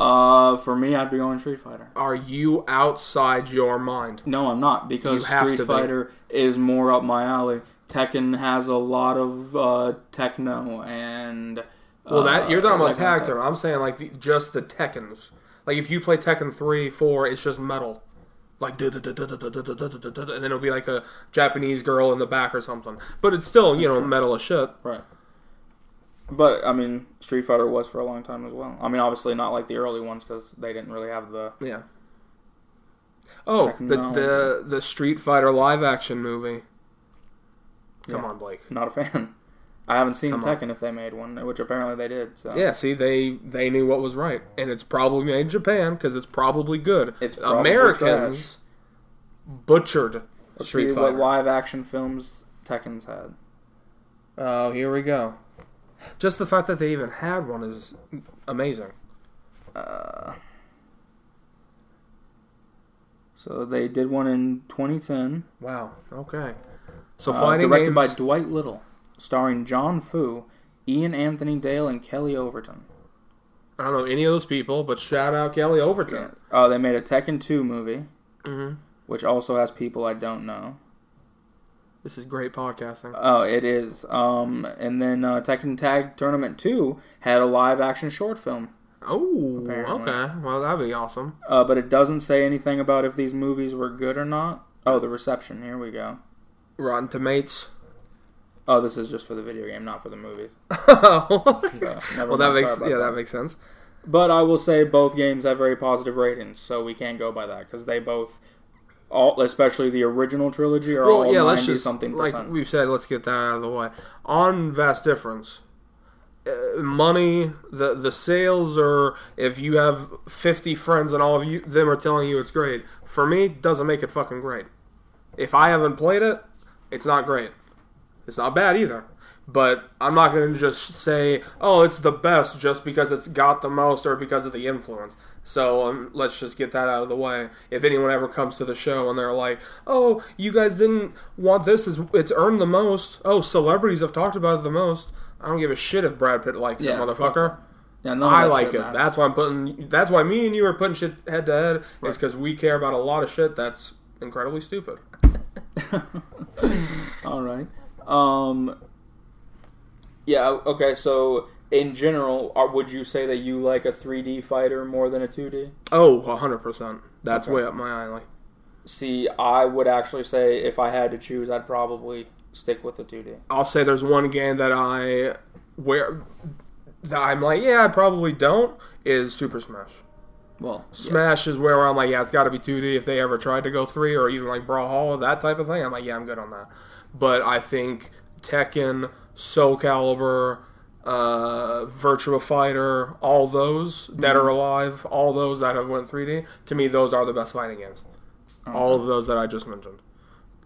[SPEAKER 2] Uh, for me, I'd be going Street Fighter.
[SPEAKER 1] Are you outside your mind?
[SPEAKER 2] No, I'm not because
[SPEAKER 1] You have
[SPEAKER 2] Street
[SPEAKER 1] to be.
[SPEAKER 2] Fighter is more up my alley. Tekken has a lot of uh, techno and.
[SPEAKER 1] Well, that you're talking
[SPEAKER 2] uh,
[SPEAKER 1] about
[SPEAKER 2] that kind of
[SPEAKER 1] tag term. I'm saying like the, just the Tekken's. Like if you play Tekken three, four, it's just metal. Like duh, duh, duh, duh, duh, duh, duh, duh, duh, duh, duh, duh, and then it'll be like a Japanese girl in the back or something. But it's still you know metal as shit.
[SPEAKER 2] Right. But I mean, Street Fighter was for a long time as well. I mean, obviously not like the early ones because they didn't really have the.
[SPEAKER 1] Yeah. Oh, the the
[SPEAKER 2] Technology.
[SPEAKER 1] the Street Fighter live action movie. Come
[SPEAKER 2] Yeah.
[SPEAKER 1] on, Blake.
[SPEAKER 2] Not a fan. I haven't seen
[SPEAKER 1] Come on.
[SPEAKER 2] Tekken if they made one, which apparently they did. So
[SPEAKER 1] Yeah, see, they they knew what was right, and it's probably made in Japan because it's probably good.
[SPEAKER 2] It's probably
[SPEAKER 1] Americans butchered
[SPEAKER 2] Let's
[SPEAKER 1] Street
[SPEAKER 2] see
[SPEAKER 1] Fighter.
[SPEAKER 2] what live action films Tekken's had.
[SPEAKER 1] Oh, here we go. Just the fact that they even had one is amazing.
[SPEAKER 2] Uh, so they did one in 2010,
[SPEAKER 1] Wow. Okay. So
[SPEAKER 2] uh,
[SPEAKER 1] finding
[SPEAKER 2] directed by
[SPEAKER 1] names-
[SPEAKER 2] Dwight Little, starring John Fu, Ian Anthony Dale, and Kelly Overton.
[SPEAKER 1] I don't know any of those people, but shout out Kelly Overton.
[SPEAKER 2] Oh, they made a Tekken 2 movie,
[SPEAKER 1] hmm
[SPEAKER 2] which also has people I don't know.
[SPEAKER 1] This is great podcasting.
[SPEAKER 2] Oh, it is. Um, and then uh, Tekken Tag Tournament 2 had a live action short film.
[SPEAKER 1] Oh,
[SPEAKER 2] apparently.
[SPEAKER 1] okay. Well, that'd be awesome.
[SPEAKER 2] Uh, but it doesn't say anything about if these movies were good or not. Oh, the reception. Here we go.
[SPEAKER 1] Rotten Tomatoes.
[SPEAKER 2] Oh, this is just for the video game, not for the movies.
[SPEAKER 1] well,
[SPEAKER 2] So, never
[SPEAKER 1] that
[SPEAKER 2] mind.
[SPEAKER 1] makes
[SPEAKER 2] Sorry
[SPEAKER 1] yeah,
[SPEAKER 2] about
[SPEAKER 1] that makes sense.
[SPEAKER 2] But I will say both games have very positive ratings, so we can't go by that because they both, all especially the original trilogy, are
[SPEAKER 1] Well,
[SPEAKER 2] all
[SPEAKER 1] yeah, let's
[SPEAKER 2] ninety
[SPEAKER 1] just
[SPEAKER 2] something
[SPEAKER 1] like
[SPEAKER 2] percent.
[SPEAKER 1] we've said. Let's get that out of the way. On vast difference, uh, money. The the sales are if you have fifty friends and all of you them are telling you it's great. For me, doesn't make it fucking great. If I haven't played it, it's not great. It's not bad either. But I'm not going to just say, oh, it's the best just because it's got the most or because of the influence. So um, let's just get that out of the way. If anyone ever comes to the show and they're like, oh, you guys didn't want this, it's- it's earned the most. Oh, celebrities have talked about it the most. I don't give a shit if Brad Pitt likes
[SPEAKER 2] Yeah,
[SPEAKER 1] it, motherfucker.
[SPEAKER 2] Yeah, none of
[SPEAKER 1] I
[SPEAKER 2] that
[SPEAKER 1] like
[SPEAKER 2] shit
[SPEAKER 1] it.
[SPEAKER 2] matters.
[SPEAKER 1] That's why I'm putting. That's why me and you are putting shit head to head. It's because we care about a lot of shit that's incredibly stupid.
[SPEAKER 2] All right. Um. Yeah. Okay. So, in general, are, would you say that you like a 3D fighter more than a 2D?
[SPEAKER 1] Oh, 100%. That's
[SPEAKER 2] Okay.
[SPEAKER 1] way up my alley.
[SPEAKER 2] See, I would actually say if I had to choose, I'd probably stick with the 2D.
[SPEAKER 1] I'll say there's one game that I where that I'm like, yeah, I probably don't is Super Smash.
[SPEAKER 2] Well,
[SPEAKER 1] Smash is where I'm like, yeah, it's got to be 2D. If they ever tried to go three or even like Brawlhalla, that type of thing, I'm like, yeah, I'm good on that. But I think Tekken, Soul Calibur, uh, Virtua Fighter, all those that are alive, all those that have went 3D, to me, those are the best fighting games. All of those that I just mentioned,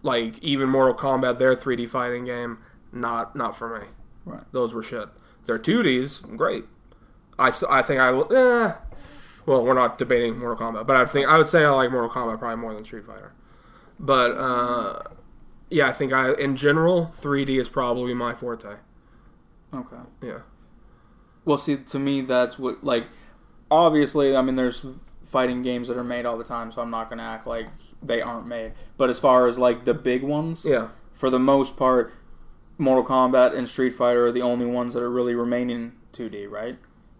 [SPEAKER 1] like even Mortal Kombat, their 3D fighting game, not not for me.
[SPEAKER 2] Right.
[SPEAKER 1] Those were shit. Their 2Ds, great. I, s- I think I eh, well, we're not debating Mortal Kombat, but I think I would say I like Mortal Kombat probably more than Street Fighter. But uh, yeah, I think I in general 3D is probably my forte.
[SPEAKER 2] Okay.
[SPEAKER 1] Yeah.
[SPEAKER 2] Well, see, to me, that's what like. Obviously, I mean, there's fighting games that are made all the time, so I'm not gonna act like they aren't made. But as far as like the big ones,
[SPEAKER 1] Yeah.
[SPEAKER 2] for the most part, Mortal Kombat and Street Fighter are the only ones that are really remaining 2D, right?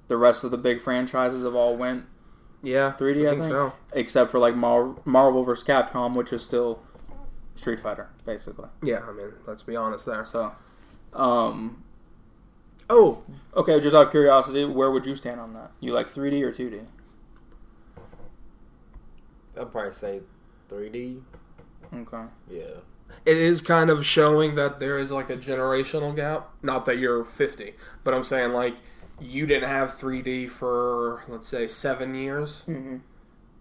[SPEAKER 2] The rest of the big franchises have all went
[SPEAKER 1] Yeah.
[SPEAKER 2] 3D, I think,
[SPEAKER 1] so.
[SPEAKER 2] except for like Mar- Marvel vs. Capcom, which is still Street Fighter, basically.
[SPEAKER 1] Yeah, I mean, let's be honest there.
[SPEAKER 2] So, um,
[SPEAKER 1] Oh,
[SPEAKER 2] okay, just out of curiosity, where would you stand on that? You like 3D or 2D?
[SPEAKER 3] I'll probably say 3D.
[SPEAKER 2] Okay.
[SPEAKER 3] Yeah.
[SPEAKER 1] it is kind of showing that there is like a generational gap. Not that you're 50, but I'm saying like you didn't have 3D for let's say 7 years,
[SPEAKER 2] Mm-hmm.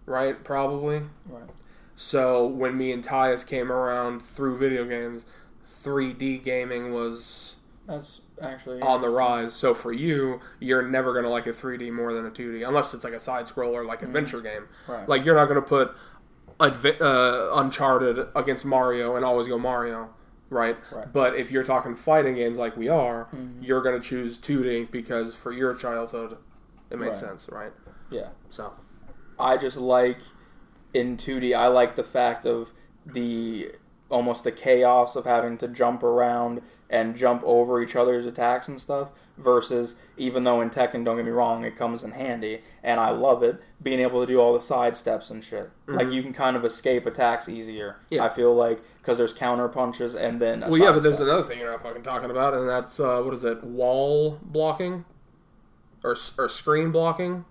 [SPEAKER 1] right? Probably.
[SPEAKER 2] Right.
[SPEAKER 1] So when me and Tyus came around through video games, 3D gaming was
[SPEAKER 2] That's actually
[SPEAKER 1] on the rise. So for you, you're never gonna like a 3D more than a 2D, unless it's like a side scroller, like adventure game.
[SPEAKER 2] Mm-hmm. Right.
[SPEAKER 1] Like you're not gonna put Adve- uh, Uncharted against Mario and always go Mario, right?
[SPEAKER 2] Right. Mm-hmm.
[SPEAKER 1] But if you're talking fighting games like we are, you're gonna choose 2D because for your childhood, it made
[SPEAKER 2] Right.
[SPEAKER 1] sense, right?
[SPEAKER 2] yeah.
[SPEAKER 1] So
[SPEAKER 2] I just like in 2D. I like the fact of the almost the chaos of having to jump around and jump over each other's attacks and stuff. Versus, even though in Tekken, don't get me wrong, it comes in handy, and I love it being able to do all the side steps and shit. Like you can kind of escape attacks easier.
[SPEAKER 1] Mm-hmm. Yeah.
[SPEAKER 2] I feel like because there's counter punches and then a
[SPEAKER 1] well, yeah,
[SPEAKER 2] side
[SPEAKER 1] but there's
[SPEAKER 2] step.
[SPEAKER 1] another thing you're not fucking talking about, and that's uh, what is it? Wall blocking, or s- or screen blocking.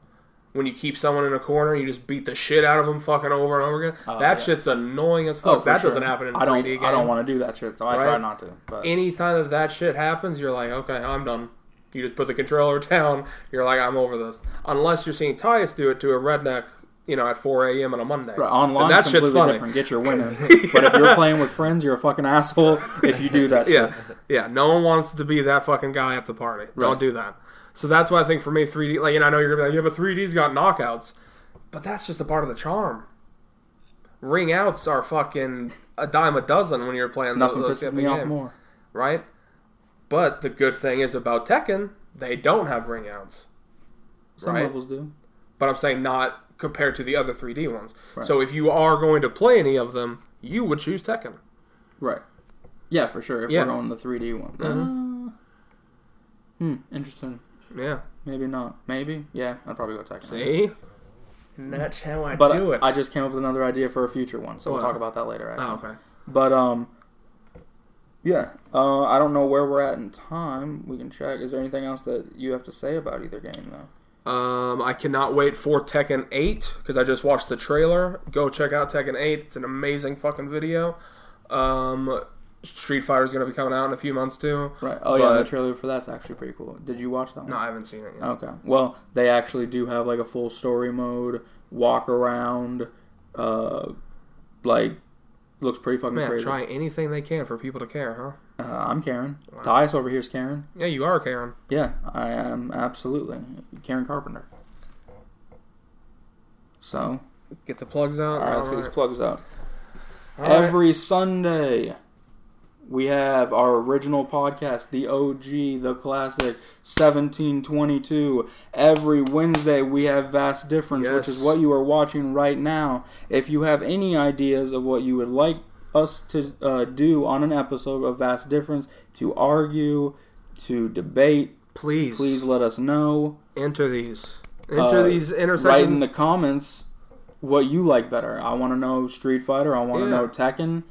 [SPEAKER 1] When you keep someone in a corner, you just beat the shit out of them, fucking over and over again.
[SPEAKER 2] Oh,
[SPEAKER 1] that
[SPEAKER 2] yeah. Oh,
[SPEAKER 1] shit's annoying as fuck.
[SPEAKER 2] for
[SPEAKER 1] that
[SPEAKER 2] sure.
[SPEAKER 1] doesn't happen in a
[SPEAKER 2] I don't,
[SPEAKER 1] 3D game.
[SPEAKER 2] I don't want to do that shit, so I
[SPEAKER 1] Right?
[SPEAKER 2] try not to. But
[SPEAKER 1] Any time that that shit happens, you're like, okay, I'm done. You just put the controller down. You're like, I'm over this. Unless you're seeing Tyus do it to a redneck you know, at 4 a.m. on a Monday.
[SPEAKER 2] Right,
[SPEAKER 1] And
[SPEAKER 2] online,
[SPEAKER 1] that shit's
[SPEAKER 2] completely
[SPEAKER 1] funny.
[SPEAKER 2] different. Get your winner. But if you're playing with friends, you're a fucking asshole if you do that.
[SPEAKER 1] Yeah,
[SPEAKER 2] shit.
[SPEAKER 1] yeah. No one wants to be that fucking guy at the party.
[SPEAKER 2] Right.
[SPEAKER 1] Don't do that. So that's why I think for me, 3D. Like, and I know you're gonna be like, yeah, but 3D's got knockouts, but that's just a part of the charm. Ring outs are fucking a dime a dozen when you're playing
[SPEAKER 2] nothing
[SPEAKER 1] those, those
[SPEAKER 2] pisses
[SPEAKER 1] type
[SPEAKER 2] me
[SPEAKER 1] of
[SPEAKER 2] off
[SPEAKER 1] game,
[SPEAKER 2] more.
[SPEAKER 1] right? But the good thing is about Tekken, they don't have ring outs,
[SPEAKER 2] Some
[SPEAKER 1] right?
[SPEAKER 2] levels do.
[SPEAKER 1] but I'm saying not compared to the other 3D ones.
[SPEAKER 2] Right.
[SPEAKER 1] So if you are going to play any of them, you would choose Tekken.
[SPEAKER 2] Right. Yeah, for sure. If
[SPEAKER 1] Yeah. Uh-huh.
[SPEAKER 2] we're going the 3D one. Uh, hmm. Interesting.
[SPEAKER 1] Yeah.
[SPEAKER 2] Maybe not. Maybe. Yeah. I'd probably go Tekken.
[SPEAKER 1] See? And that's how I
[SPEAKER 2] But
[SPEAKER 1] do it.
[SPEAKER 2] I just came up with another idea for a future one, so we'll
[SPEAKER 1] Wow.
[SPEAKER 2] talk about that later. Actually.
[SPEAKER 1] oh, okay.
[SPEAKER 2] But um, yeah. Uh, I don't know where we're at in time. We can check. Is there anything else that you have to say about either game though?
[SPEAKER 1] Um, I cannot wait for Tekken 8 because I just watched the trailer. Go check out Tekken 8. It's an amazing fucking video. Um, Street Fighter's going to be coming out in a few months too.
[SPEAKER 2] Right. Oh yeah, the Oh,
[SPEAKER 1] But-
[SPEAKER 2] trailer for that's actually pretty cool. Did you watch that one?
[SPEAKER 1] No, I haven't seen it yet.
[SPEAKER 2] Okay. Well, they actually do have like a full story mode, walk around, uh, like looks pretty fucking
[SPEAKER 1] Man,
[SPEAKER 2] crazy.
[SPEAKER 1] try anything they can for people to care, huh?
[SPEAKER 2] Uh, I'm Karen. Tyus over here is Karen.
[SPEAKER 1] Yeah, you are Karen.
[SPEAKER 2] Yeah, I am absolutely Karen Carpenter. So,
[SPEAKER 1] Get the plugs out.
[SPEAKER 2] all right, let's
[SPEAKER 1] All
[SPEAKER 2] get these
[SPEAKER 1] right.
[SPEAKER 2] plugs out.
[SPEAKER 1] All right.
[SPEAKER 2] Every Sunday, we have our original podcast, the OG, the classic, 1722. Every Wednesday, we have Vast Difference, which is
[SPEAKER 1] Yes.
[SPEAKER 2] what you are watching right now. If you have any ideas of what you would like us to uh, do on an episode of Vast Difference, to argue, to debate,
[SPEAKER 1] Please,
[SPEAKER 2] please let us know.
[SPEAKER 1] enter these. Enter
[SPEAKER 2] Uh,
[SPEAKER 1] these
[SPEAKER 2] Write in
[SPEAKER 1] intersections.
[SPEAKER 2] the comments what you like better. I want to know Street Fighter, I want to
[SPEAKER 1] Yeah.
[SPEAKER 2] know Tekken.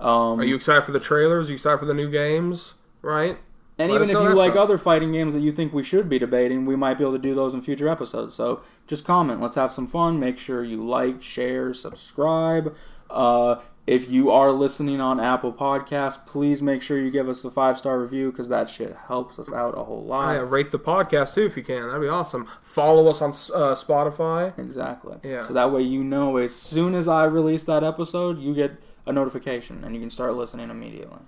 [SPEAKER 2] Um,
[SPEAKER 1] Are you excited for the trailers? Are you excited for the new games? Right?
[SPEAKER 2] And
[SPEAKER 1] Let
[SPEAKER 2] even
[SPEAKER 1] us
[SPEAKER 2] if
[SPEAKER 1] know
[SPEAKER 2] you
[SPEAKER 1] that
[SPEAKER 2] like
[SPEAKER 1] stuff.
[SPEAKER 2] other fighting games that you think we should be debating, we might be able to do those in future episodes. So just comment. Let's have some fun. Make sure you like, share, subscribe. Uh, if you are listening on Apple Podcasts, please make sure you give us a five star review because that shit helps us out a whole lot.
[SPEAKER 1] Yeah, rate the podcast too if you can. That'd be awesome. Follow us on uh, Spotify.
[SPEAKER 2] Exactly.
[SPEAKER 1] Yeah.
[SPEAKER 2] So that way you know as soon as I release that episode, you get a notification and you can start listening immediately.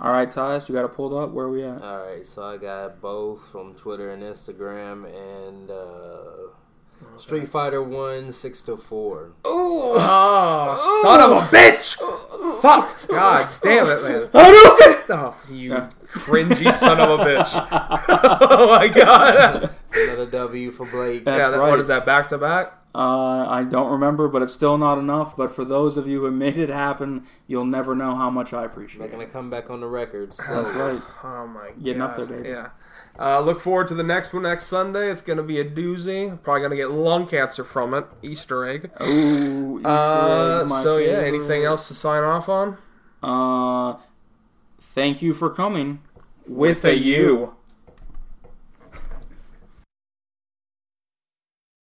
[SPEAKER 2] All right, Tyus, you got it pulled up. Where are we at?
[SPEAKER 3] All right, so I got both from Twitter and Instagram, and uh, Street Fighter One six to four.
[SPEAKER 1] Oh, son of a bitch! Fuck! God damn it, man. Oh, you
[SPEAKER 2] Yeah.
[SPEAKER 1] cringy son of a bitch. oh my god.
[SPEAKER 3] Another W for Blake.
[SPEAKER 1] yeah, that,
[SPEAKER 2] right.
[SPEAKER 1] what is that, back to back?
[SPEAKER 2] Uh, I don't remember, but it's still not enough. But for those of you who made it happen, you'll never know how much I appreciate
[SPEAKER 3] Making a
[SPEAKER 2] it.
[SPEAKER 3] comeback on the record.
[SPEAKER 2] That's
[SPEAKER 3] Slowly.
[SPEAKER 2] right.
[SPEAKER 1] Oh my god.
[SPEAKER 2] Getting up there, baby.
[SPEAKER 1] Yeah. Uh, look forward to the next one next Sunday. It's going to be a doozy. Probably going to get lung cancer from it. Easter egg.
[SPEAKER 2] Ooh, Easter
[SPEAKER 1] Uh,
[SPEAKER 2] eggs, my
[SPEAKER 1] so yeah,
[SPEAKER 2] favorite.
[SPEAKER 1] anything else to sign off on?
[SPEAKER 2] Uh, thank you for coming with, a U.